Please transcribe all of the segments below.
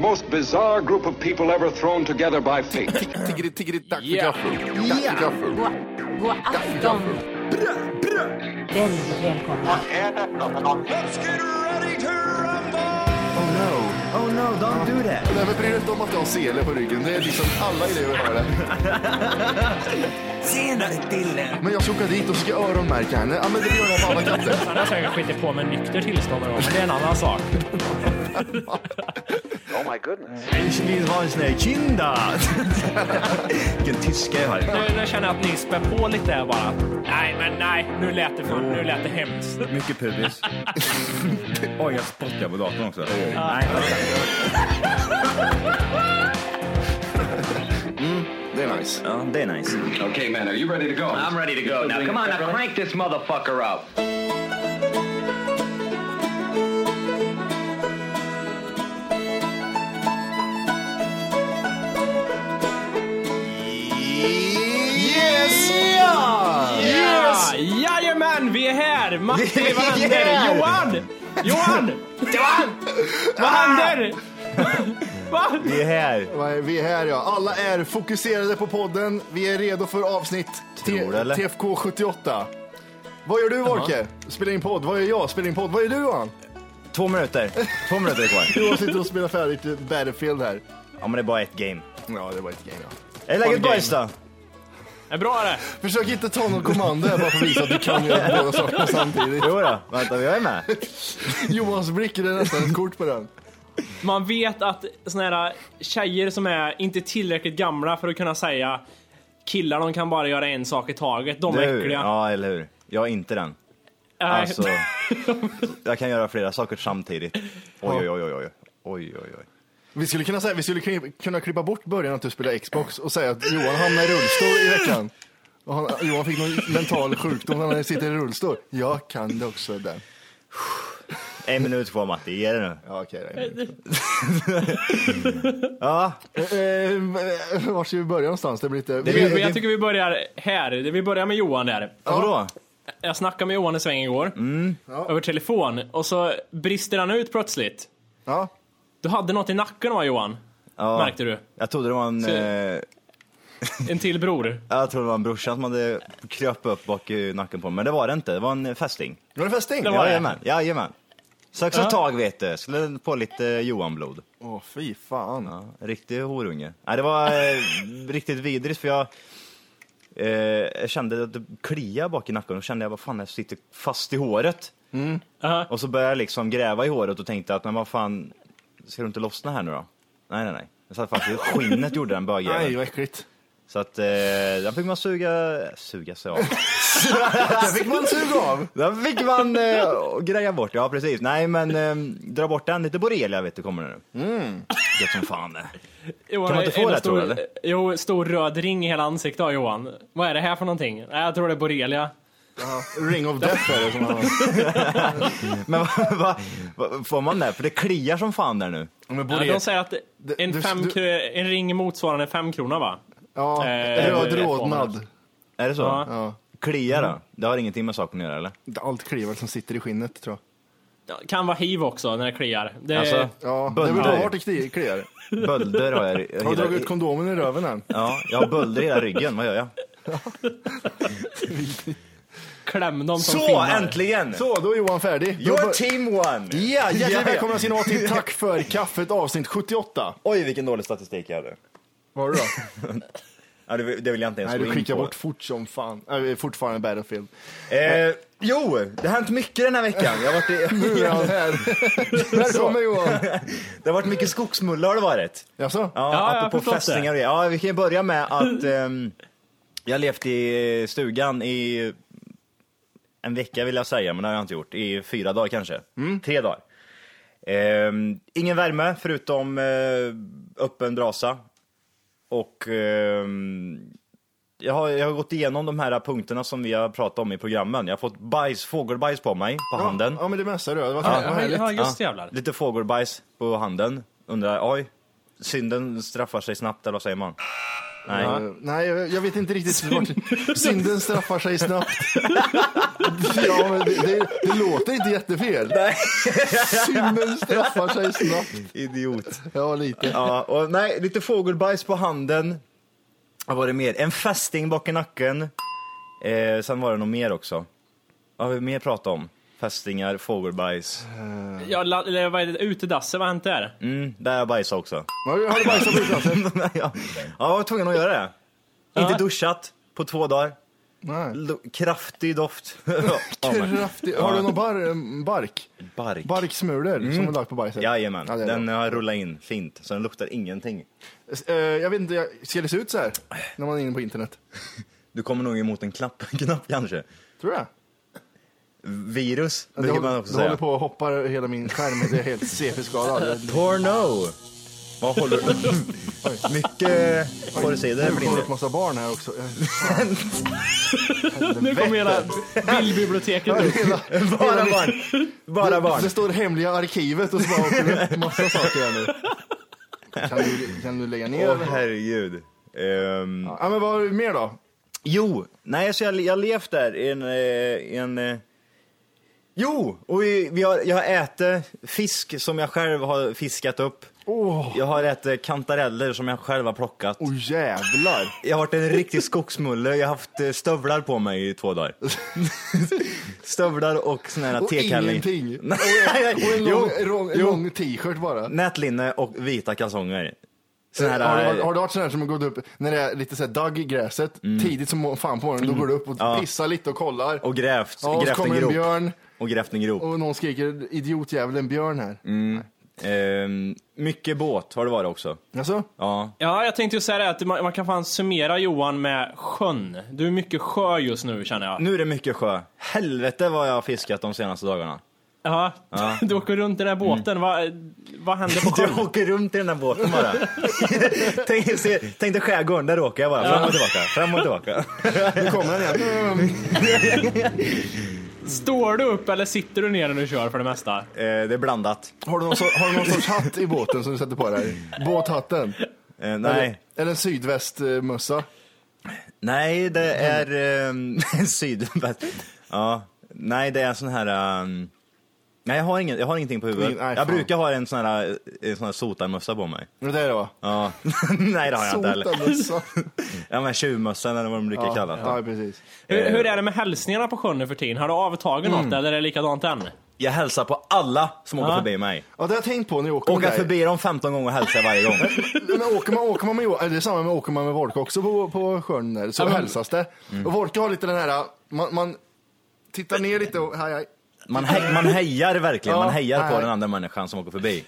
most bizarre group of people ever thrown together by fate. Tiggeri-tiggeri-tack för Ja. gaffel. Tack för gaffel. God, god afton! Väldigt välkomna. Oh no, oh no, don't do that. Nej, men bry dig inte om att jag har sele på ryggen. Det är liksom alla elever har det. Tjenare Dille! Men jag ska åka dit och ska öronmärka henne. Ja, men det gör jag på alla katter. Han har säkert skitit på med nykter tillstånd då, men det är en annan sak. Ich will ha en sån här kinda. Vilken tyska jag har. Nu, nu känner jag att ni spär på lite här bara. Nej, men nej, nu lät det, för, nu lät det hemskt. Mycket pubis. Oj, jag spottar på datorn också. Det är nice. Ja, det är nice. okay, man, are you ready to go? I'm ready to go. Now, come on, now crank this motherfucker up. Yes! Yeah! Yes! Jajamän, vi är här! Matti, vad händer? Yeah! Johan! Johan! Johan! vad händer? Va? Vi är här. Vad är Vi är här ja. Alla är fokuserade på podden. Vi är redo för avsnitt T- du, eller? TFK 78. Vad gör du Volke? Spelar in podd. Vad gör jag? Spelar in podd. Vad gör du Johan? Två minuter. Två minuter är kvar. Johan sitter och spelar färdigt eh, Battlefield här. Ja, men det är bara ett game. Ja, det var ett game ja. Är läget boys då? Är bra det? Försök inte ta någon kommando här bara för att visa att du kan göra båda sakerna samtidigt. Jo då, vänta jag är med. Johans blick, det är nästan ett kort på den. Man vet att såna här tjejer som är inte tillräckligt gamla för att kunna säga killar de kan bara göra en sak i taget, de Eller är hur? äckliga. Ja, eller hur. Jag är inte den. Äh, Alltså, jag kan göra flera saker samtidigt. Oj, oj, oj, oj. Oj, oj, oj. Vi skulle kunna säga, vi skulle kli- kunna klippa bort början att du spelar Xbox och säga att Johan hamnade i rullstol i veckan. Och han, Johan fick någon mental sjukdom när han sitter i rullstol. Jag kan det också där. En minut kvar Matti, ge det nu. Ja, okej. Okay, Ja, eh, var ska vi börja någonstans? Det blir lite... vi, vi- jag tycker vi börjar här. Vi börjar med Johan där. vadå? Jag snackade med Johan i svängen igår. Mm. Över telefon. Och så brister han ut plötsligt. Ja, Du hade något i nacken va Johan? Ja. Märkte du? Jag trodde det var en... Så- Eh, En till bror. jag trodde det var en brorsa som hade kröp upp bak i nacken på mig, men det var det inte. Det var en eh, fästing. var det fästing? Det var- Jajamän, jajamän. Sök så tag vet du, skulle på lite Johanblod. Åh, fy fan. Mm. Ja, riktig horunge. Nej, det var eh, riktigt vidrigt för jag, eh, jag kände att det kliade bak i nacken och kände jag vad fan jag sitter fast i håret. Mm. Aha. Och så började jag liksom gräva i håret och tänkte att men vad fan, ska du inte lossna här nu då? Nej nej nej. Jag satt fast i skinnet gjorde den Nej, bögjäveln. vad äckligt. Så att eh, den fick man suga, suga sig av. Det fick man sug av. Den fick man eh, greja bort, ja precis. Nej men eh, dra bort den, lite borrelia vet du kommer det nu. Mm. Gött som fan det. Johan, Kan man inte få en det, stor, tror du, eller? Jo, stor röd ring i hela ansiktet har Johan. Vad är det här för någonting? Nej, jag tror det är borrelia. Ring of death är det som han... Men vad va, va, får man det? För det kliar som fan där nu. Men Ja, borre... de säger att en, du- fem, du- kr- en ring motsvarande fem kronor va? Ja, Eh, röd det är rodnad. Är det så? Ja. Ja. Mm. Kliar då? Det har ingenting med saken att göra eller? Allt kliar som sitter i skinnet tror jag. Ja, Kan vara hiv också när det kliar. Det, Alltså, Ja, det är väl bölder. vart det kli- kliar. Bölder har jag. i- Har du hela- dragit ut kondomen i röven än? Ja, jag har bölder i hela ryggen, vad gör jag? Kläm dem som Så, finnar. äntligen! Så, då är Johan färdig. Då Your bör- team one! Ja, hjärtligt Ja. välkomna ska ni vara till Tack för kaffet avsnitt 78. Oj, vilken dålig statistik jag hade. Var det då? Ja, det, vill- det vill jag inte ens Nej, gå du in skickar på. bort fort som fan. Nej, vi är fortfarande Battlefield. Eh, jo, det har hänt mycket den här veckan. Jag har varit i, Nu är han här. Välkommen Johan. det har varit mycket skogsmulla har det varit. Jaså? Ja, Ja, jag har apropå förstått fästingar och det. Ja, vi kan ju börja med att ehm, jag har levt i stugan i en vecka vill jag säga, men det har jag inte gjort. I fyra dagar kanske. Tre dagar. Ehm, ingen värme förutom eh, öppen brasa. Och ehm, jag, har, jag har gått igenom de här punkterna som vi har pratat om i programmen. Jag har fått bajs, fågelbajs på mig, på handen. Ja, men det mesta du. Det var Ja, vad men- härligt. ja, just Ja, jävlar. Lite fågelbajs på handen. Undrar, oj. Synden straffar sig snabbt, eller vad säger man? Nej. Eh, nej, jag, jag vet inte riktigt. Vart. Synden straffar sig snabbt. ja, men det, det, det låter inte jättefel. Nej. Synden straffar sig snabbt. Idiot. Ja, lite. Ja, och nej, lite fågelbajs på handen. Vad var det mer? En fästing bak i nacken. Eh, sen var det nog mer också. Vad har vi mer pratat om? Fästingar, fågelbajs. Ja, la- eller vad är det? Utedasse, vad har hänt där? Mm, där jag bajsade också. Har du har du bajsat på utlandet? ja, jag var tvungen att göra det. Inte duschat på två dagar. Nej. Lo- kraftig doft. Kraftig. Har du någon bar, eh, bark? Bark. Barksmulor som du lagt på bajset? Mm. Jajamän, Typ. Ja, det är den bra. har jag rullat in fint så den luktar ingenting. Eh, jag vet inte, jag- ser det se ut så här när man är inne på internet? Du kommer nog emot en klapp, knapp kanske. Tror du det? Virus Det brukar man håller, också det håller säga. på och hoppar hela min skärm. Det är helt CP-skadad. Porno! Vad håller du... Mycket porrsidor Nu kommer brinner. det massa barn här också. Eh, Nu kommer hela bildbiblioteket upp. Hela, Bara barn! Bara Det, det barn! står hemliga arkivet och så bara åker det upp massa saker här nu. Kan du, kan du lägga ner? Åh den? herregud. Ehm, ja, men vad har du mer då? Jo, nej så jag, jag har levt där i en... eh, i en eh, jo! Och vi, vi har, jag har ätit fisk som jag själv har fiskat upp. Åh, Jag har ätit kantareller som jag själv har plockat. oh, jävlar. Jag har varit en riktig skogsmulle, jag har haft eh, stövlar på mig i två dagar. stövlar och sån här Och tekalling. ingenting. Nej, Och en jo, lång, lång, jo. lång t-shirt bara. Nätlinne och vita kalsonger. Sån här, Eh, Mm. Har det, varit- har det varit sån här som har gått upp när det är lite så här dagg i gräset, tidigt som fan på morgonen, då går du upp och Ja. pissar lite och kollar. eh, och grävt, ja, och så grävt en kommer en grop. björn Och grävt en grop. och någon skriker idiotjäveln björn här. Mm. Ehm, mycket båt har det varit också. Alltså? Ja, Ja, jag tänkte ju säga det att man, man kan fan summera Johan med sjön. Du är mycket sjö just nu känner jag. nu är det mycket sjö. Helvete vad jag har fiskat de senaste dagarna. Ja, Mm. du åker runt i den här båten. Vad, vad händer på Jag sjön? åker runt i den där båten bara. tänk, se, tänk dig skärgården, där åker jag bara. Fram och tillbaka, fram och tillbaka. Nu kommer den igen. Mm. Står du upp eller sitter du ner när du kör för det mesta? Eh, det är blandat. Har du, någon, sor- har du någon sorts hatt i båten som du sätter på dig? Båthatten? Eh, nej. Eller, eller en sydvästmössa? Nej, det är ehm, sydväst. Ja, nej, det är sån här... ehm, nej, jag har, ingen, jag har ingenting på huvudet. Ingen- nej, jag fan. brukar ha en sån här, en sån här sotarmössa på mig. Det där då? Ja. nej, det har jag inte heller. Sotarmössa? Ja, men tjuvmössan eller vad de brukar kalla det. Ja, ja, precis. Hur, hur är det med hälsningarna på sjön nu för tiden? Har du avtagit något eller är det likadant än? Jag hälsar på alla som åker Ja. förbi mig. Ja, det har jag tänkt på när jag åker Åker med dig. förbi dem 15 gånger och hälsar varje gång. Men åker man, åker man med Johan, det är samma med åker man med Volke också på, på sjön där, så Ja, men- hälsas det. Mm. Och Volke har lite den här, man, man tittar ner lite och hej, hej. Man, hej, man hejar verkligen, Ja, man hejar på nej. den andra människan som åker förbi.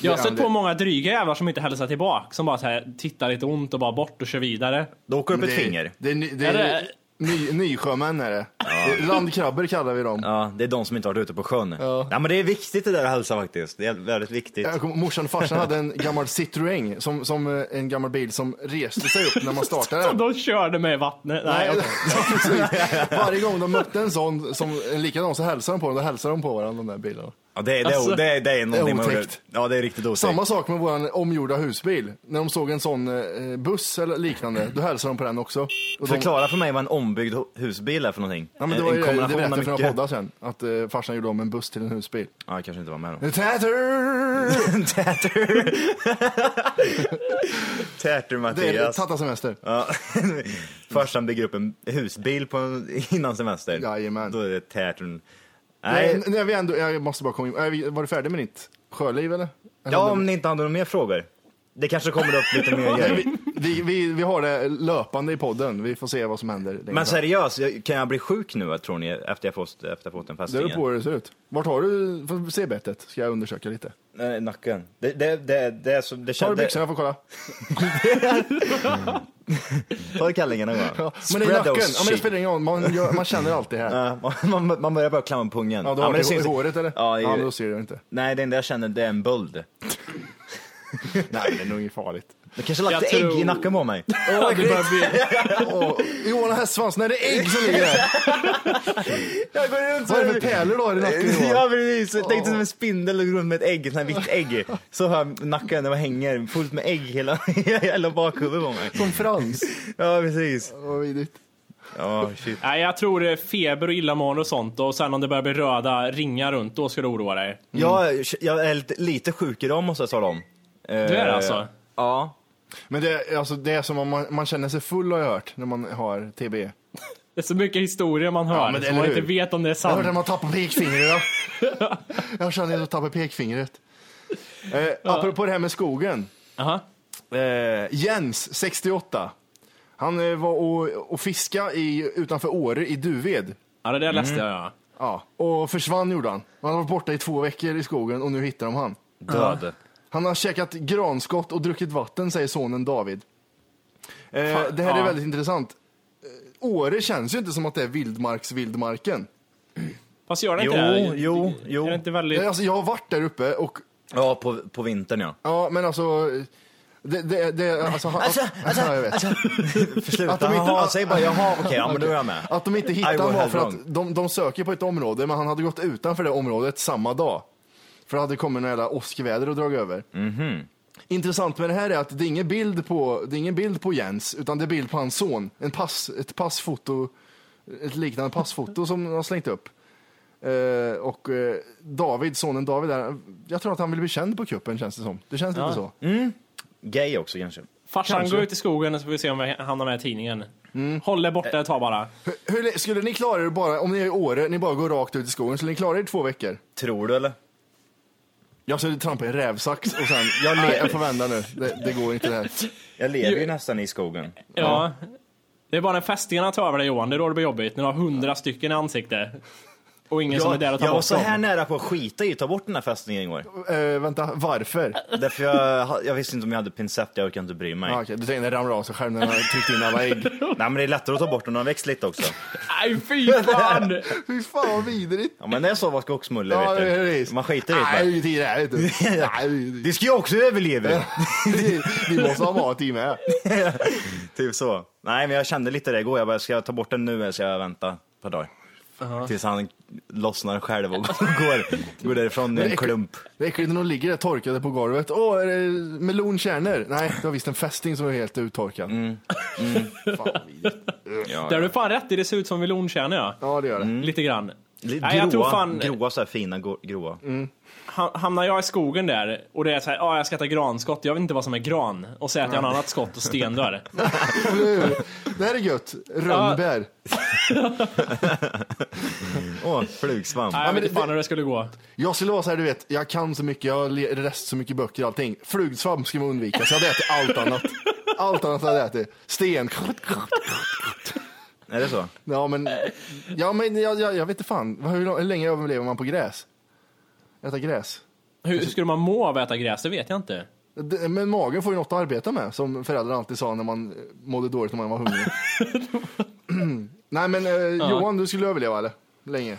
Jag har Ja, sett det- på många dryga jävlar som inte hälsar tillbaka. Som bara så här, tittar lite ont och bara bort och kör vidare. Då åker upp ett Det- finger. Det är, ny- det Ja, är, det är- Ny, nysjömän är det. Det är Landkrabbor kallar vi dem. Ja, det är de som inte har varit ute på sjön. Nej, men det är viktigt det där att hälsa faktiskt. Det är väldigt viktigt. Jag kommer- Morsan och farsan hade en gammal Citroën, som, som eh, en gammal bil som reste sig upp när man startade den. De körde mig i vattnet. Nej, okej. Ja, precis. Varje gång de mötte en sån, som, en likadan, så hälsade de på dem. Då hälsade de på varandra, de där bilarna. Ja, det, är- det, Alltså, är det, är- det är någonting man otäckt. gjorde- Ja, det är riktigt otäckt. Samma sak med vår omgjorda husbil. När de såg en sån eh, buss eller liknande, då hälsade de på den också. Och de, Förklara för mig vad en ombyggd ho- husbil är för någonting. ja, men det En- var ju en det, det kombination av berättade jag för några mycket. poddar sen, att eh, farsan gjorde om en buss till en husbil. Ja, jag kanske inte var med då. Täter! Täter. Täter Det är Mattias. tattasemester. Ja. Farsan bygger upp en husbil på en, innan semester. Jajamän. Då är det tätern. Nej. Nej. Nej, Eh, vi ändå, jag måste bara komma in. Är vi- Var du färdig med ditt sjöliv eller? Eller Ja, hade- om ni inte hade några mer frågor. Det kanske kommer upp lite mer Nej, grejer. vi, vi, vi, vi har det löpande i podden. Vi får se vad som händer. längre Men fram. seriöst, jag- kan jag bli sjuk nu tror ni? Efter jag fått, efter jag fått en Det beror fästing? på hur det ser ut. Vart har du för C-bettet? Ska jag undersöka lite. Nej, Nacken. Det, det, det, det är så... Det Tar du det- byxorna får kolla. Ta kallingarna bara. Ja, men det är Spread nacken. Ja, men those det cheeks. spelar ingen roll. Man, gör, man känner alltid här. Ja, man, man- man börjar bara klämma pungen. Ja, du Ja, har men det syns- i håret eller? Ja, det är ja ju- då ser jag inte. Nej, det enda jag känner det är en böld. Nej, det är nog inget farligt. Jag kanske lagt Jag ägg tror- i nacken på mig. Ja, det börjar bli... Åh, Johan har hästsvans. Nej, det är ägg som ligger där. Jag går runt Vad är det för pärlor du har i nacken Ja Johan? precis, jag tänkte som en spindel och gå runt med ett ägg, ett sånt här vitt ägg. Så har jag nacken, det hänger fullt med ägg hela, hela bakhuvudet på mig. Som Frans. Ja precis. Vad vidrigt. Ja shit. Mm. Nej, jag tror det är feber och illamående och sånt och sen om det börjar bli röda ringar runt, då ska du oroa dig. Jag, jag är lite- lite sjuk idag måste jag säga om. Du Du är det alltså? Ja. Men det är, alltså, det är som om man, man känner sig full har jag hört när man har TB. Jag Det är så mycket historier man hör men det- som man eller inte hur? vet om det är har hört att sant. man tappar pekfingret. Ja. Jag känner att jag tappar pekfingret. Eh, apropå det här med skogen. Aha. Eh, Jens, 68. Han eh, var och, och fiska i, utanför Åre i Duved. Ja, det där läste jag ja. Ja, och försvann gjorde han. Han har varit borta i två veckor i skogen och nu hittar de han. Död. Han har käkat granskott och druckit vatten, säger sonen David. Eh, det här ja. är väldigt intressant. Eh, Åre känns ju inte som att det är vildmarks-vildmarken. Fast gör det Jo, inte det? jo, jo. Är det inte väldigt... Alltså, jag har varit där uppe och, Ja, på, på vintern ja. ja men alltså, det, det, det alltså, han- Alltså, alltså, Ja, jag vet. alltså. Sluta, Att de inte- jaha, säg bara jaha, okej, ja men då är jag med. Att de inte I hittade will honom var have för att wrong. de, de söker på ett område, men han hade gått utanför det området samma dag. För det hade kommit några jävla åskväder och dragit över. Mhm. Intressant med det här är att det är ingen bild på, det är ingen bild på Jens, utan det är bild på hans son. En pass, ett passfoto, ett liknande passfoto som de har slängt upp. Eh, och eh, David, sonen David, där, jag tror att han vill bli känd på kuppen känns det som. Det känns lite så. Gay också kanske. Farsan, gå ut i skogen så får vi se om vi hamnar med i tidningen. Håll dig borta ett tag bara. Hur, hur, skulle ni klara er bara, om ni är i Åre, ni bara går rakt ut i skogen, skulle ni klara er i två veckor? Tror du eller? Jag skulle trampa i en rävsax och sen, jag, Jag lever. nej, jag får vända nu, det, det går inte det här. Jag lever ju nästan i skogen. Ja. Det är bara när fästingarna tar över dig Johan, det är då det blir jobbigt. När du har hundra stycken i ansiktet. Och ingen som är där och Jag, tar jag var bort så dem. här nära på att skita i att ta bort den här fästningen igår. Eh, vänta, varför? Därför jag, jag visste inte om jag hade pincett, jag orkar inte bry mig. Ah, okej, Du tänkte ramla av sig själv när han tryckte in alla ägg. Nej men det är lättare att ta bort den när den växt lite också. Nej fy fan! Fy fan vad vidrigt. Ja men det är så vad skogsmulle Ja, vet precis. du. Man skiter i det. Nej, bara. det är ju tid det här vet du. Nej, det Det ska jag också överleva. är- Ni måste ha mat i med. typ så. Nej men jag kände lite det igår, jag bara, ska jag ta bort den nu eller ska jag vänta ett par dagar? Tills han lossnar själv och går, går därifrån i en klump. Det är äckligt när de ligger där torkade på golvet. Åh, är det melonkärnor? Nej, det var visst en fästing som var helt uttorkad. Mm. Fan vad vidrigt. Där har du fan rätt i, det ser ut som vilonkärna ja. Ja, det gör det. Lite grann. Lite Nej, jag tror Mm. gråa, fan- Mm. gråa så här fina gro- gråa. Ha- Hamnar jag i skogen där och det är så här, ah, jag ska äta granskott, jag vet inte vad som är gran. Och säger att jag har något annat skott och stendör. Det här är gött. Rönnbär. Åh, flugsvamp. Nej, jag men vet inte det- fan hur det skulle gå. Jag skulle vara så här, du vet, jag kan så mycket, jag har le- läst så mycket böcker och allting. Flugsvamp ska man undvika, så jag hade ätit allt annat. Allt annat hade jag ätit. Sten. Är det så? Ja men, ja, men jag, jag, jag vet inte fan, hur, lång- hur länge överlever man på gräs? Äta gräs? Hur skulle man må av att äta gräs? Det vet jag inte. Det- Men magen får ju något att arbeta med, som föräldrar alltid sa när man eh, mådde dåligt när man var hungrig. Nej men eh, Johan, du skulle överleva eller? Länge?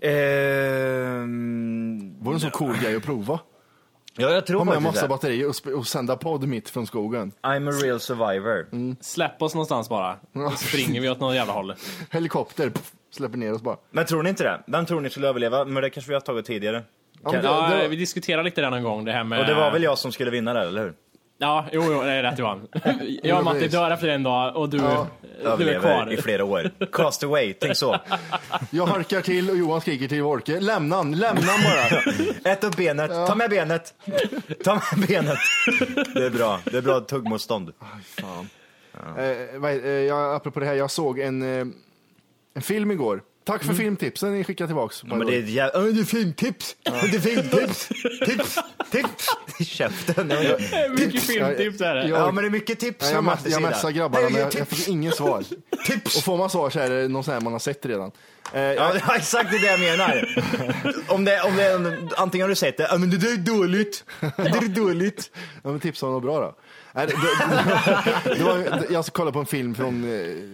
Ehm, Vore en så cool grej att prova. ja, jag Ha tror med faktiskt massa det. batterier och, sp- och sända podd mitt från skogen. I'm a real survivor. Mm. Släpp oss någonstans bara. Då springer vi åt något jävla håll. Helikopter, pff, släpper ner oss bara. Men tror ni inte det? Vem tror ni skulle överleva? Men det kanske vi har tagit tidigare. Ja, men det- Ja, det var- Vi diskuterade lite där någon gång det här med... Och det var väl jag som skulle vinna där, eller hur? Ja, jo, jo, det är rätt Johan. Jag och Matti precis. dör efter en dag och du, du är Överlever kvar. i flera år. Cast away, tänk så. Jag harkar till och Johan skriker till Wolke. Lämna han, lämna han bara. Ät upp benet, ta med benet! Ta med benet! Det är bra, det är bra tuggmotstånd. Fan. Eh, vad, eh, jag, apropå det här, jag såg en, eh, en film igår. Tack för filmtipsen ni skickade tillbaks. Mm. Men det är ett jävla... Det är filmtips! Det är filmtips! Tips! Tips! I käften! Mycket typ filmtips är det. Ja, Ja men det är mycket tips Nej, jag, från Mattis mäss, jag sida. mässar grabbarna Nej, men jag, jag tips, fick inget svar. Och tips! får man svar så är det någon sån här man har sett redan. Eh, Ja, jag, det var exakt det jag menar. Om det, om det, antingen har du sett det, ja men det där är dåligt. Det där är dåligt. ja, men tipsa om något bra då. Nej, det, det, det var, jag kollade på en film från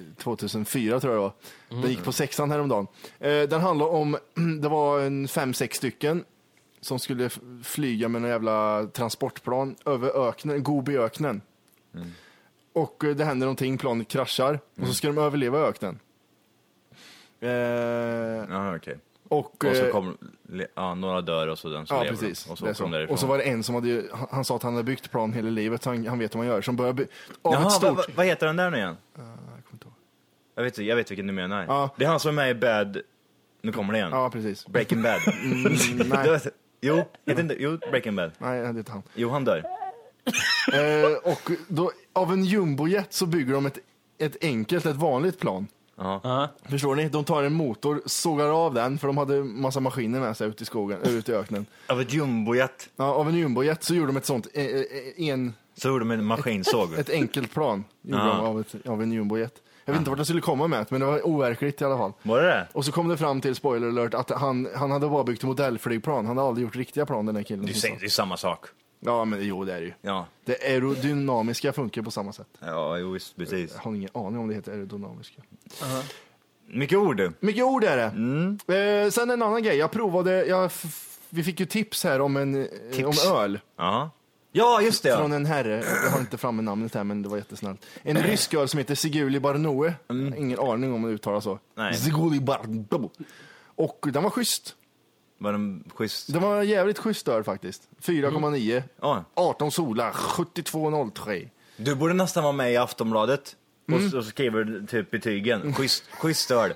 eh, 2004 tror jag det var. Den gick på sexan häromdagen. Eh, den handlar om, det var en fem, sex stycken som skulle f- flyga med en jävla transportplan över öknen, Gobiöknen. Och eh, det händer någonting, planet kraschar och så ska de överleva öknen. Eh, Ja, okej. och, Och så eh, kom, le- ja, några dör och så den som Ja, lever. då. precis. Och så det är kom så. därifrån. och så var det en som hade, ju- han- han sa att han hade byggt plan hela livet, så han, han vet hur man gör. Som började by- av Jaha, ett vad, stort... vad, vad heter den där nu igen? Jag kommer inte ihåg. Jag vet, jag vet vilken du menar. Ja. Det är han som är med i Bad... Nu kommer det igen. Ja, precis. Breaking Bad. Mm, Det nej, var- jo, heter inte, jo, Breaking Bad. nej, det är inte han. Jo, han dör. Eh, och då, av en jumbojet så bygger de ett, ett enkelt, ett vanligt plan. Ja. Förstår ni? De tar en motor, sågar av den, för de hade massa maskiner med sig ut i skogen, eh, ut i öknen. Av ett jumbojet Ja, av en jumbojet så gjorde de ett sånt, eh, eh, en, så gjorde de en maskinsåg. ett enkelt plan. Gjorde de Ja. av, ett, av en jumbojet. Jag vet inte vart jag skulle komma med det, men det var overkligt i alla fall. Var det det? Och så kom det fram till, spoiler alert, att han, han hade bara byggt modellflygplan. Han hade aldrig gjort riktiga plan den här killen. Du som säger sa. det är samma sak. Ja, men jo det är det ju. Ja, Det aerodynamiska funkar på samma sätt. ja jo, visst, precis. Jag har ingen aning om det heter aerodynamiska. Mycket ord. Mycket ord är det. Mm. Eh, sen en annan grej, jag provade, jag, f- vi fick ju tips här om en eh, om öl. Ja, ja just det. Från Ja. en herre, jag har inte framme namnet här men det var jättesnällt. En rysk öl som heter Siguli Barnoe. Ingen aning om man uttalar så. Mm. Nej. Siguli Barnoe. Och den var schysst. Var den schysst? Den var jävligt schysst öl faktiskt. Mm. 4,9. Ja. 18 solar, 72,03. Du borde nästan vara med i Aftonbladet. Mm. Och så skriver du typ betygen. Schysst, schysst öl.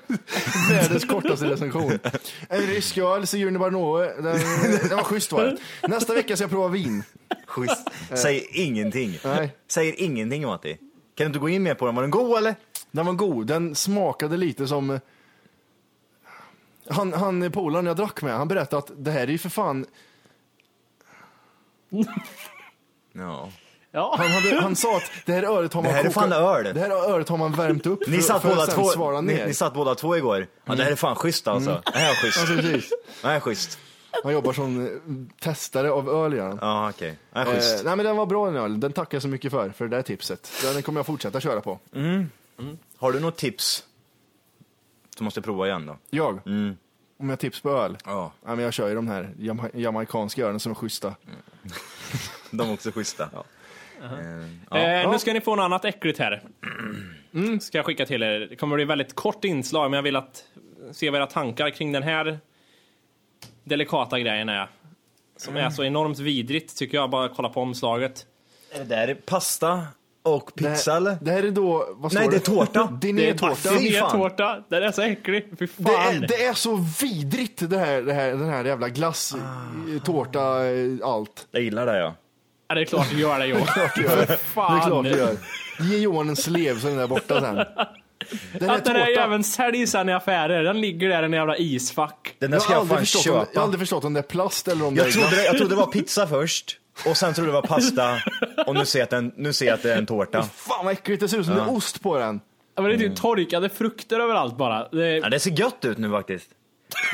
Världens kortaste recension. En rysk öl, Sigurd Barnoe. Den, den var schysst var det. Nästa vecka ska jag prova vin. Schysst. Säger ingenting. Nej. Säger ingenting Matti. Kan du inte gå in mer på den? Var den god eller? Den var god. Den smakade lite som... eh, Han, han polaren jag drack med, han berättade att det här är ju för fan... Ja. Ja. Han, hade, han sa att det här ölet har man Det här är fan öl. Det här ölet har man värmt upp Ni satt, för båda att sen svara två, ner. Mm. ni, ni satt båda två igår. Ja, det här är fan schysst alltså. Det här är schysst. Ja, precis. Det här är schysst. Han jobbar som eh, testare av öl, gör han. Ja, okej. Det här är schysst. Eh, nej men den var bra den ölen, den tackar jag så mycket för, för det där tipset. Den kommer jag fortsätta köra på. Har du något tips? Så måste jag prova igen då. Jag? Om jag har tips på öl? Mm. Ja. Nej, men jag kör ju de här jama jamaicanska ölen som är schyssta. De är också schyssta. Ja. Eh, nu ska ni få något annat äckligt här. Mm. Ska jag skicka till er. Det kommer bli ett väldigt kort inslag, men jag vill att se vad era tankar kring den här delikata grejen är. Som är så enormt vidrigt, tycker jag. Bara kolla på omslaget. Är det där pasta och pizza eller? Det, det här är då, vad står Nej, det är det tårta. Dinertårta. Fy Det är fan. tårta! Den är så äcklig! Fy fan! Det är, det är så vidrigt det här, det här, den här jävla glass, Ah. tårta, eh, allt. Jag gillar det ja. Ja, det är klart du gör det Johan. Det är Fan. klart det gör. Ge Johan en slev så är den där borta sen. Den här Att den där tårtan, jäveln säljs sen i affärer. Den ligger där i en jävla isfack. Den där jag ska har, jag aldrig fan förstått om, jag har köpa. aldrig förstått om det är plast eller om det Jag är trodde, glass. det, jag trodde det var pizza först och sen trodde det var pasta och nu ser jag att, den, nu ser jag att det är en tårta. Fan vad äckligt, det ser ut som det är ost på den. Ja, men det är typ torkade frukter överallt bara. Det Mm. Ja, är, det ser gött ut nu faktiskt.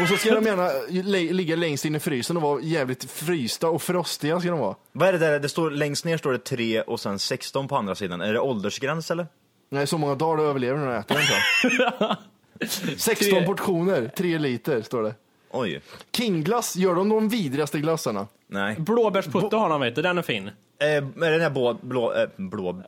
Och så ska de gärna le- ligga längst in i frysen och vara jävligt frysta och frostiga ska de vara. Vad är det där? Det står, längst ner står det 3 och sen 16 på andra sidan. Är det åldersgräns eller? Nej, så många dagar du överlever när du äter den tror jag. 16 Tre- portioner, 3 liter står det. Oj. Kingglass, gör de de vidrigaste glassarna? Nej. blåbärsputte har de vet du, den är fin. Eh, är det den här blå... blå, eh, blå.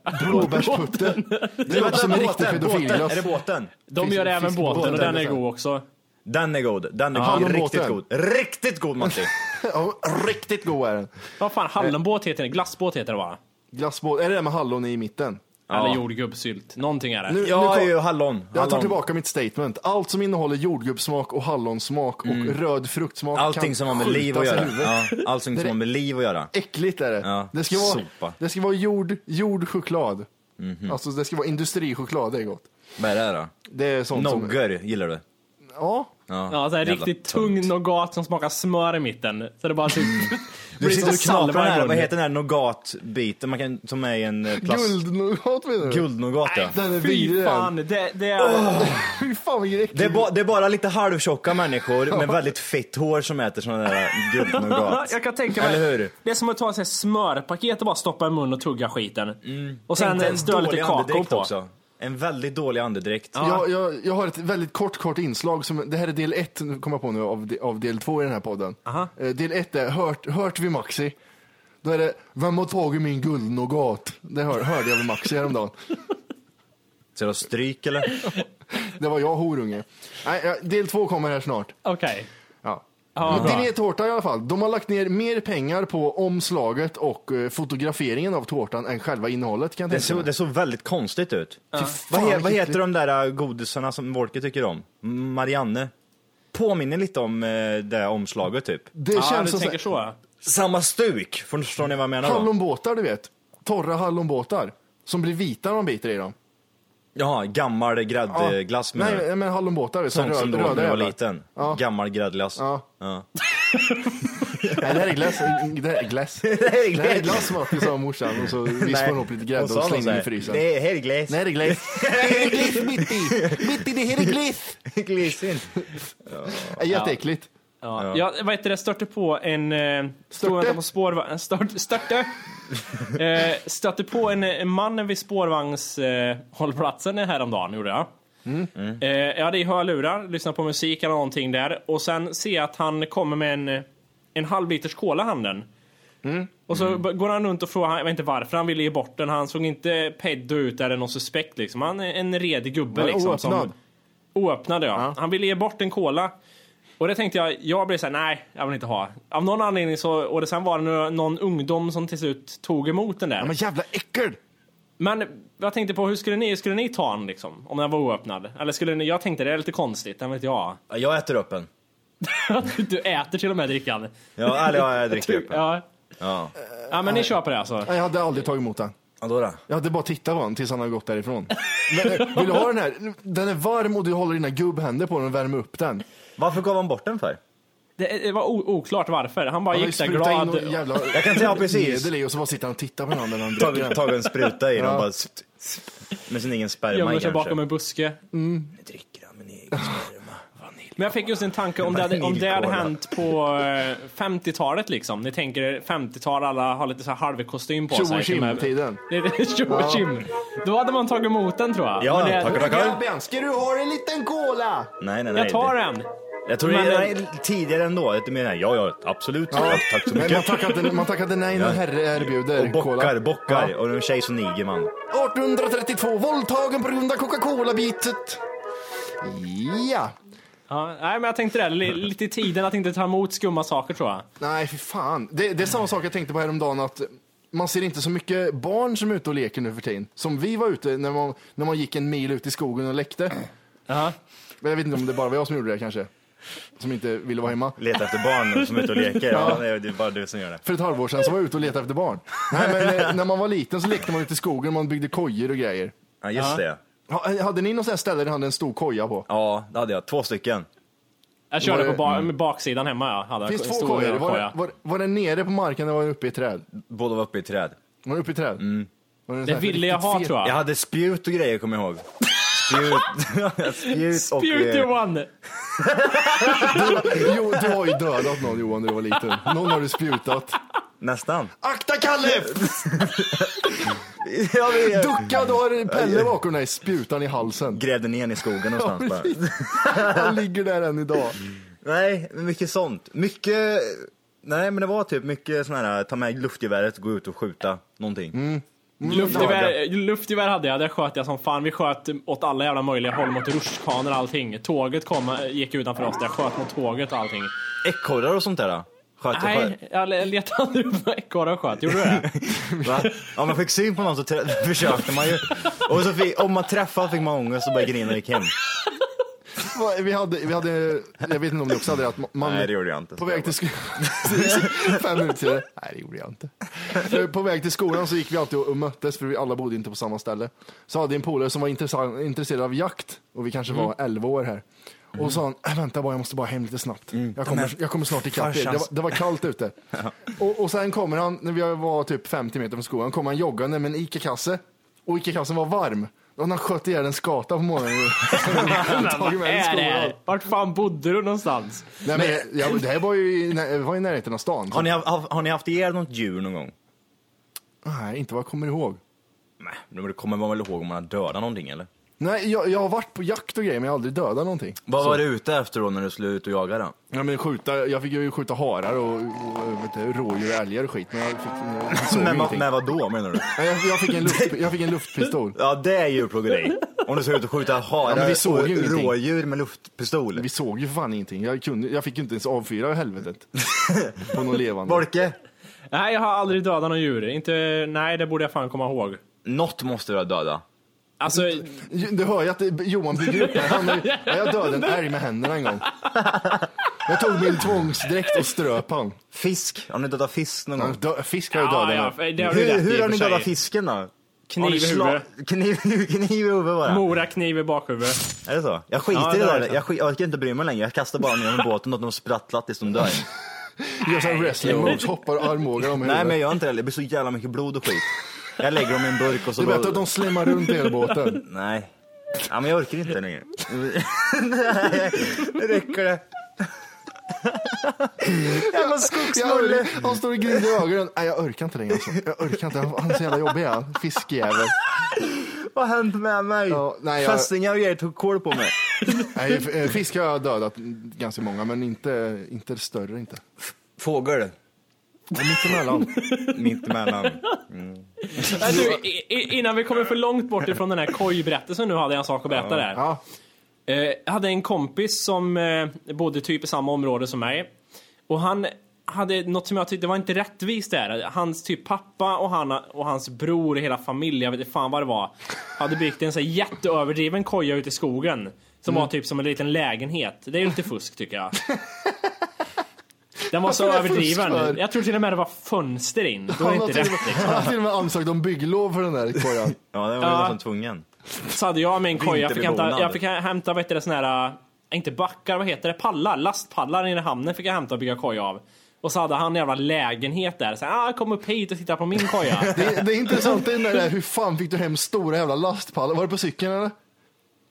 Blåbärsputte. Det låter som en riktig Båten, båten, pedofilglass. är det båten? De Fisk- gör även fiskbåten båten och den är sen. god liksom. också. Den är god, den är Hallon god. riktigt båten. god. Riktigt god Matti! Ja, riktigt god är den. Vad fan, hallonbåt heter det. Glassbåt heter det va? Glassbåt, är det det med hallon i mitten? Eller jordgubbssylt. Någonting är det. Nu- Jag är kom- ju hallon. Jag tar Hallon. tillbaka mitt statement. Allt som innehåller jordgubbssmak och hallonsmak och röd fruktsmak Mm. Allting kan som har med liv att skjutas i göra. huvudet. Ja, allting Det är som har med liv att göra. Äckligt är det. Ja, det, ska vara, sopa. Mhm. det ska vara jord, jordchoklad. Alltså det ska vara industrichoklad, det är gott. Vad är det här då? Det är sånt som... Nogger gillar du? Ja, Ja, så här jävla riktigt tungt. tung nougat som smakar smör i mitten. Så det bara typ... Du blir sitter och som knaprar salva i den här, vad munnen. heter den här nougatbiten man kan ta med i en eh, plast... guldnougat menar du? Guldnougat ja. Den är vidrig Fy fan, den. det, det är... Fy fan vilken äcklig. Det är, ba, det är bara lite halvtjocka människor med väldigt fett hår som äter sån där eh, guldnougat. Jag kan tänka mig. Eller hur? Det är som att ta ett sånt här smörpaket och bara stoppa i munnen och tugga skiten. Och Mm. Tänk sen dig en strö lite dålig kakao andedräkt på. också. En väldigt dålig andedräkt. Jag, jag, jag har ett väldigt kort, kort inslag. Som, det här är del ett, nu kommer jag på nu, av, de- av del två i den här podden. Aha. Eh, Del ett är Hört, hört vid Maxi. Då är det Vem har tagit min guldnougat? Det hör, hörde jag vid Maxi häromdagen. Så jag stryk eller? Det var jag horunge. Nej, ja, del två kommer här snart. Okej. Ja. Ja, Men bra. det är tårta i alla fall. De har lagt ner mer pengar på omslaget och eh, fotograferingen av tårtan än själva innehållet kan jag Det tänka såg, mig. det såg väldigt konstigt ut. Fy fan, Fan, vad, he, vad vilket- heter de där äh, godisarna som Wolke tycker om? Marianne? Påminner lite om äh, det omslaget typ. Det Ja, känns du som så tänker här- så. Samma stuk! Förstår ni vad jag menar då? hallonbåtar du vet. Torra hallonbåtar. Som blir vita när man biter i dem. Jaha, gammal Ja. gräddglass med. Nej, men hallonbåtar. Så Sånt röd, som du åt röda när du var jävlar. liten. Ja. Gammal gräddglass. Ja. Nej, Ja. det här är glass. Det här är glass. det här är här är glass. glass Matti, sa morsan. Och så vispar hon upp lite grädde och, sa hon så slänger här, i frysen. Det är helgläs. Nej, det är glass. Det här är glass Mitti. Mitti, det här är glass. Glysin. Äh, Jätteäckligt. Ja. Jag vad heter det, stötte på en... eh, Stod Störte? och väntade på spårvagn... Stört, störte! eh, stötte på en, en man vid spårvagnshållplatsen eh, häromdagen, gjorde jag. Mm. Eh, jag hade i hörlurar, lyssnade på musik eller någonting där och sen ser jag att han kommer med en, en halv liters cola i handen. Mm. Och så b- går han runt och frågar, jag vet inte varför han ville ge bort den, han såg inte peddo ut eller någon suspekt liksom. Han är en redig gubbe Var det liksom. oöppnad? Som, oöppnade ja. Han ville ge bort en cola. Och det tänkte jag, jag blev såhär, nej, jag vill inte ha. Av någon anledning så, och det sen var det några- någon ungdom som till slut tog emot den där. Ja, men jävla äckel. Men jag tänkte på, hur skulle ni, skulle ni ta den liksom? Om den var oöppnad? Eller skulle ni, jag tänkte det är lite konstigt, den vet jag. Ja, Jag äter upp en. du äter till och med drickan. Ja, eller ja, jag dricker upp en. Ja. Ja. ja men ni kör på det alltså? Nej, Jag hade aldrig tagit emot den. Ja, då då. Jag hade bara tittat på honom tills han hade gått därifrån. Men, eh, vill du ha den här? Den är varm och du håller dina gubbhänder på den och värmer upp den. Varför gav han bort den för? Det, det var o, oklart varför. Han bara Han har ju gick där sprutat in glad. någon jävla Jag kan säga precis. medel i och så bara sitter han och tittar på den när han dricker Tagit den. tag en spruta i den Ja. och bara... sp- sp- Med sin egen sperma Gömde i sig kanske. bakom en buske. Nu dricker han min egen sperma. Vanilj. Men jag fick just en tanke om det hade, om det hade hänt på eh, 50-talet liksom. Ni tänker er 50-tal, alla har lite så här halvkostym på Tjo och sig. till och med- tjim-tiden. Det är Tjo och tjim. Då hade man tagit emot den tror jag. Ja, Men det, tackar, tackar. Grabben, ska du ha en liten cola? Nej, nej, nej. Jag tar den. Jag tror Men- det är nej, tidigare ändå. Du menar, ja, ja, absolut. Ja, tack så Men man mycket. tackade, man tackade nej när herre erbjuder Och bockar, cola. bockar. Och en tjej som niger man. Ja. 1832, våldtagen på grund av Coca-Cola-bitet. Ja. Ja, nej, men jag tänkte det, li- Mm. lite i tiden att inte ta emot skumma saker tror jag. Nej, för fan. Det, det är samma sak jag tänkte på häromdagen att man ser inte så mycket barn som är ute och leker nu för tiden. Som vi var ute när man, när man gick en mil ut i skogen och lekte. Ja. Men jag vet inte om det bara var jag som gjorde det kanske. Som inte ville vara hemma. Leta efter barn som är ute och leker. Ja, det är bara du som gör det. För ett halvår sedan så var jag ute och letade efter barn. Nej, men eh, när man var liten så lekte man ute i skogen, man byggde kojor och grejer. Ja, just det. Ha- Hade ni något sånt här ställe där ni hade en stor koja på? Ja, det hade jag. Två stycken. Jag körde Var det- på mm. ba- med baksidan hemma. Ja. Hade Det finns en två stor kojor. Var, koja. det- var, var den nere på marken eller var den uppe i ett träd? Båda var uppe i träd. Var den uppe i ett träd? Var den en Mm. Det sån här ville jag riktigt ha fet- tror jag. Jag hade spjut och grejer, kommer jag ihåg. Spjut, spjut och... Spjut eh, Johan! Jo, du har ju dödat någon Johan när du var liten. Någon har du spjutat. Nästan. Akta Kalle! Ja, vi Ducka, då har Pelle bakom dig. Spjutan i halsen. grävde ner i skogen någonstans bara. Han ligger där än idag. Nej, men mycket sånt. Mycket... Nej, men det var typ mycket sån här, ta med luftgeväret, gå ut och skjuta någonting. Luftgevär, luftgevär hade jag, det sköt jag som fan. Vi sköt åt alla jävla möjliga håll, mot rutschkanor och allting. Tåget kom, gick utanför oss, där. jag sköt mot tåget och allting. Ekorrar och sånt där. Sköt jag själv. Nej, jag le- letade aldrig upp några ekorre och sköt. Gjorde du det? Va? Om man fick syn på någon så trä- försökte man ju. Och så fick, om man träffade fick man ångest och började grina och gick hem. Va, Vi hade, vi hade, jag vet inte om du också hade det, att man Nej, det gjorde jag inte. på väg till skolan. Fem minuter senare. Nej, det gjorde jag inte. Eh, På väg till skolan så gick vi alltid och och möttes för vi alla bodde inte på samma ställe. Så hade jag en polare som var intressan- intresserad av jakt och vi kanske Mm. var 11 år här. Och sa han, "Äh, vänta bara, jag måste bara hem lite snabbt. Mm. Jag, kommer, jag kommer snart ikapp er. Det var, farsans- det var kallt ute. och, och sen kommer han, när vi var typ 50 meter från skolan, kommer han joggande med en ICA-kasse. Och ICA-kassen var varm. Och han sköt ihjäl en skata på morgonen. Men Tagit vad med i är det? skolan. här? Vart fan bodde du någonstans? Nej, men, jag, det här var ju, i- det var i närheten av stan. Har ni, haft- har ni haft ihjäl något djur någon gång? Nej, inte vad jag kommer ihåg. Nej, men det kommer man väl ihåg om man har dödat någonting eller? Nej, jag, jag har varit på jakt och grejer men jag har aldrig dödat någonting. Vad var du ute efter då när du skulle ut och jaga då? Ja, men skjuta, jag fick ju skjuta harar och, och vet du, rådjur och älgar och skit men jag fick, jag såg Men vad, ingenting. med vad då menar du? Nej, Jag, jag, fick en luft, jag fick en luftpistol. Ja det är djurplågeri. Om du ska ut och skjuta Ja, men harar vi såg ju och ingenting. rådjur med luftpistol. Vi såg ju för fan ingenting. Jag, kunde, jag fick ju inte ens avfyra i helvetet. På någon levande. Volke, Nej, jag har aldrig dödat någon djur. Inte, nej, det borde jag fan komma ihåg. något måste du ha dödat. Alltså, Du hör ju att det- Johan bygger upp det. Han har ju- ja, jag dödade en älg med händerna en gång. Jag tog min tvångsdräkt och ströp han. Fisk, har ni dödat fisk någon gång? han dö, fisk har jag ja, dödat ja, nu. det har du Hur, rätt i hur och har för ni sig. dödat fisken då? Har Kniv ni i sla- huvudet. Kniv, kniv i huvudet bara? Mora kniv i bakhuvudet. Är det så? Jag skiter Ja, i det det har där. jag. Jag, skit, jag orkar inte bry mig längre. Jag kastar bara ner dem i båten och de sprattlar tills de dör. Jag gör sån wrestling moves, hoppar armbågar om Nej men jag huvudet. gör inte det. Det blir så jävla mycket blod och skit. Jag lägger dem i en burk och så Det är bättre att de slimmar runt i hela båten. Nej. Ja, men jag orkar inte längre. Nej, nu räcker det. Jävla Jag skogsmulle. orkar- Han står och glider i ögonen. Nej, jag orkar inte längre. Alltså. Jag orkar inte. Han han är så jävla jobbig han. Fiskjävel. Vad har hänt med mig? Ja, nej, jag- Fästingar och grejer tog kål på mig. Nej, f- eh, fisk har jag dödat ganska många, men inte, inte större inte. Fågel. Mittemellan. Mittemellan. Nej, du, i- i- innan vi kommer för långt bort ifrån den här kojberättelsen nu hade jag en sak att berätta där. Ja. Eh, jag hade en kompis som eh, bodde typ i samma område som mig. Och han hade något som jag tyckte det var inte rättvist där. Hans typ pappa och, han, och hans bror och hela familjen, jag vet inte fan vad det var. Hade byggt en så här jätteöverdriven koja ute i skogen. Som Mm. var typ som en liten lägenhet. Det är ju lite fusk tycker jag. Den var så Varför är det fusk överdriven. för? Jag tror till och med det var fönster in. Det var Han har inte till, och rätt med- liksom. han har till och med ansökt om bygglov för den där kojan. Ja, det var Ja. nästan tvungen. Så hade jag med en koja, jag fick hämta, Vinterbelånad. jag fick hämta vad heter det, sån här, äh, inte backar, vad heter det, pallar, lastpallar nere i hamnen fick jag hämta och bygga koja av. Och så hade han en jävla lägenhet där, så här, ah, kom upp hit och titta på min koja. Det, det är intressant det är när det är, hur fan fick du hem stora jävla lastpallar? Var det på cykeln eller?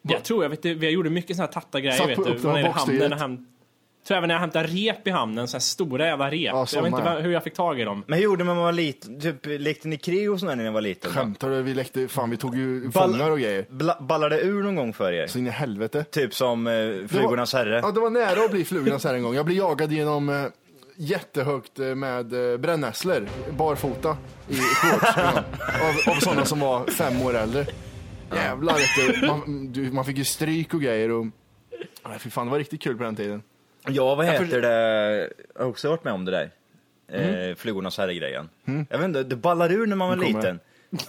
jag tror, jag vet inte, jag gjorde mycket såna här tattagrejer Satt vet på- du. upp dem Nere i på bakstyret. hamnen och häm, tror även när jag hämtade rep i hamnen, så här stora jävla rep. jag såna, vet inte ja. vem- hur jag fick tag i dem. Men hur gjorde man när man var liten? Typ lekte ni krig och sådär när ni var liten? Skämtar du? Vi lekte, fan vi tog ju Ball- fångar och grejer. Bla- ballade det ur någon gång för er? Så in i helvete. Typ som eh, Det var- Flugornas herre? Ja, det var nära att bli flugornas herre en gång. Jag blev jagad genom eh, jättehögt eh, med eh, brännässlor, barfota, i shorts. en gång. av av sådana som var fem år äldre. Jävlar vet du. Man, du, man fick ju stryk och grejer. Och, nej, fy fan, det var riktigt kul på den tiden. Ja, vad heter det? Jag har också varit med om det där. Eh, Flugornas herre-grejen. Jag vet inte, det ballar ur när man var Nu kommer liten.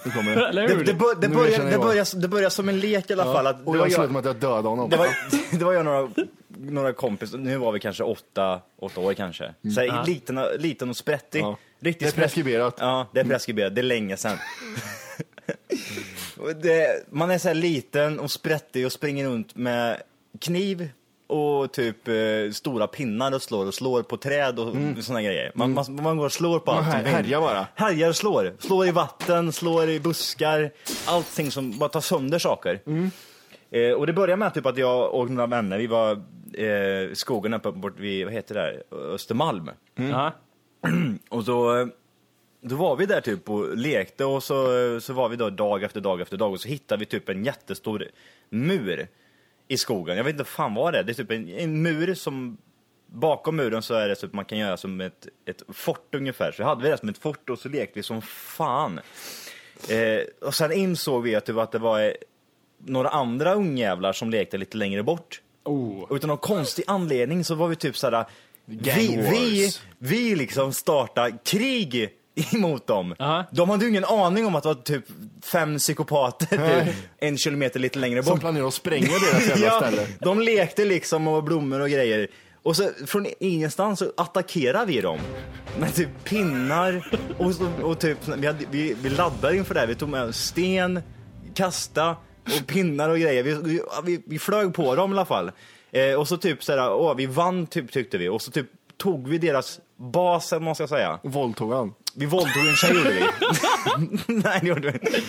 Nu kommer det. Eller Mm. Det, hur? det, bör, det, Nu börjar, erkänner det, jag. börjar, det börjar som en lek i alla fall. Att det, Och var jag slutade med jag, att jag dödade honom. det, var, det var jag och några, några kompisar, nu var vi kanske åtta, åtta år kanske. Så här, liten, och- liten och sprättig. Ja. Riktigt Det är sprätt- preskriberat. Ja, det är preskriberat. Det är länge sedan. Och det, man är så här liten och sprättig och springer runt med kniv och typ eh, stora pinnar och slår och slår på träd och såna grejer. Man, man, man går och slår på Mm. Man allt. som här- finns. härjar bara. Härjar och slår. Slår i vatten, slår i buskar. Allting som bara tar sönder saker. Mm. Eh, och det började med typ att jag och några vänner, vi var eh, i skogen uppe bort vid, vad heter det där, Östermalm. Mm. Ja. Och då, då var vi där typ och lekte och så, eh, så var vi då dag efter dag efter dag och så hittade vi typ en jättestor mur i skogen. Jag vet inte fan vad det är. Det är typ en, en mur som Bakom muren så är det typ man kan göra som ett, ett fort ungefär. Så hade vi det som ett fort och så lekte vi som fan. Eh, och sen insåg vi att det var, att det var eh, några andra ungjävlar som lekte lite längre bort. Oh. Och utan någon konstig anledning så var vi typ såhär, vi, wars. vi, vi liksom startade krig emot dem. Aha. De hade ju ingen aning om att det var typ fem psykopater typ, en kilometer lite längre Som bort. planerar att spränga deras jävla ställe. de lekte liksom och blommor och grejer. Och så från ingenstans så attackerade vi dem. Med typ pinnar och, så, och typ, vi, hade, vi, vi laddade inför det här. Vi tog med sten, kasta och pinnar och grejer. Vi, vi, vi, vi flög på dem i alla fall. Eh, och så typ såhär, åh, vi vann typ tyckte vi. Och så typ tog vi deras bas, eller vad man ska säga. Våldtog han. Vi våldtog en tjej gjorde vi. Nej det gjorde vi inte.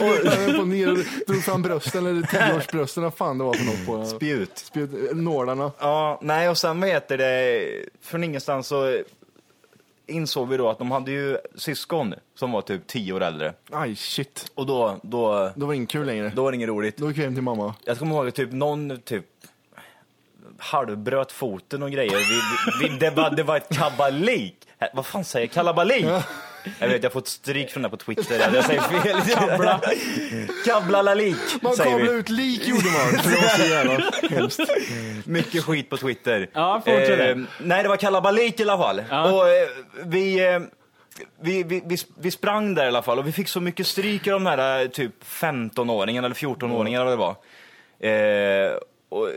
Han på ner och drog fram brösten, eller tioårsbrösten, vad fan det var för något på Spjut. Spjut- eh, nålarna. Ja, nej och sen vad heter det, från ingenstans så insåg vi då att de hade ju syskon som var typ 10 år äldre. Aj, shit. Och då, då, Då var det inget kul längre. då var det inget roligt. Då gick vi hem till mamma. Jag kommer ihåg att typ någon typ halvbröt foten och grejer. Vi, vi, vi, det, var, det var ett kabalik. Äh, Vad fan säger jag? Kalabalik? Jag vet, jag har fått stryk från det här på Twitter. Jag säger fel. Kabla. Kablalalik, Man säger kablade vi. ut lik gjorde man. Det var så jävla hemskt. Mycket skit på Twitter. Eh, Ja, fortsätt. nej, det var kalabalik i alla fall. Ja. Och eh, vi, eh, vi, vi, vi, vi sprang där i alla fall och vi fick så mycket stryk av de här eh, typ 15-åringarna eller 14-åringarna eller vad det var. Eh, och,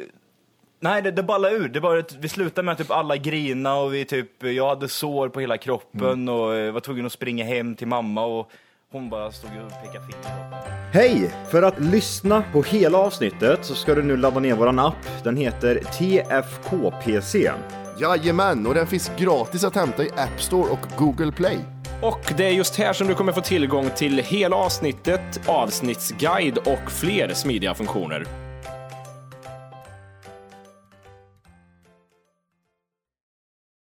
nej, det, det ballade ur. Det bara, vi slutade med att typ alla grina och vi typ, jag hade sår på hela kroppen Mm. och eh, var tvungen att springa hem till mamma och hon bara stod och pekade finger åt mig. Hej! För att lyssna på hela avsnittet så ska du nu ladda ner våran app. Den heter TFKPC. Jajamän, och den finns gratis att hämta i App Store och Google Play. Och det är just här som du kommer få tillgång till hela avsnittet, avsnittsguide och fler smidiga funktioner.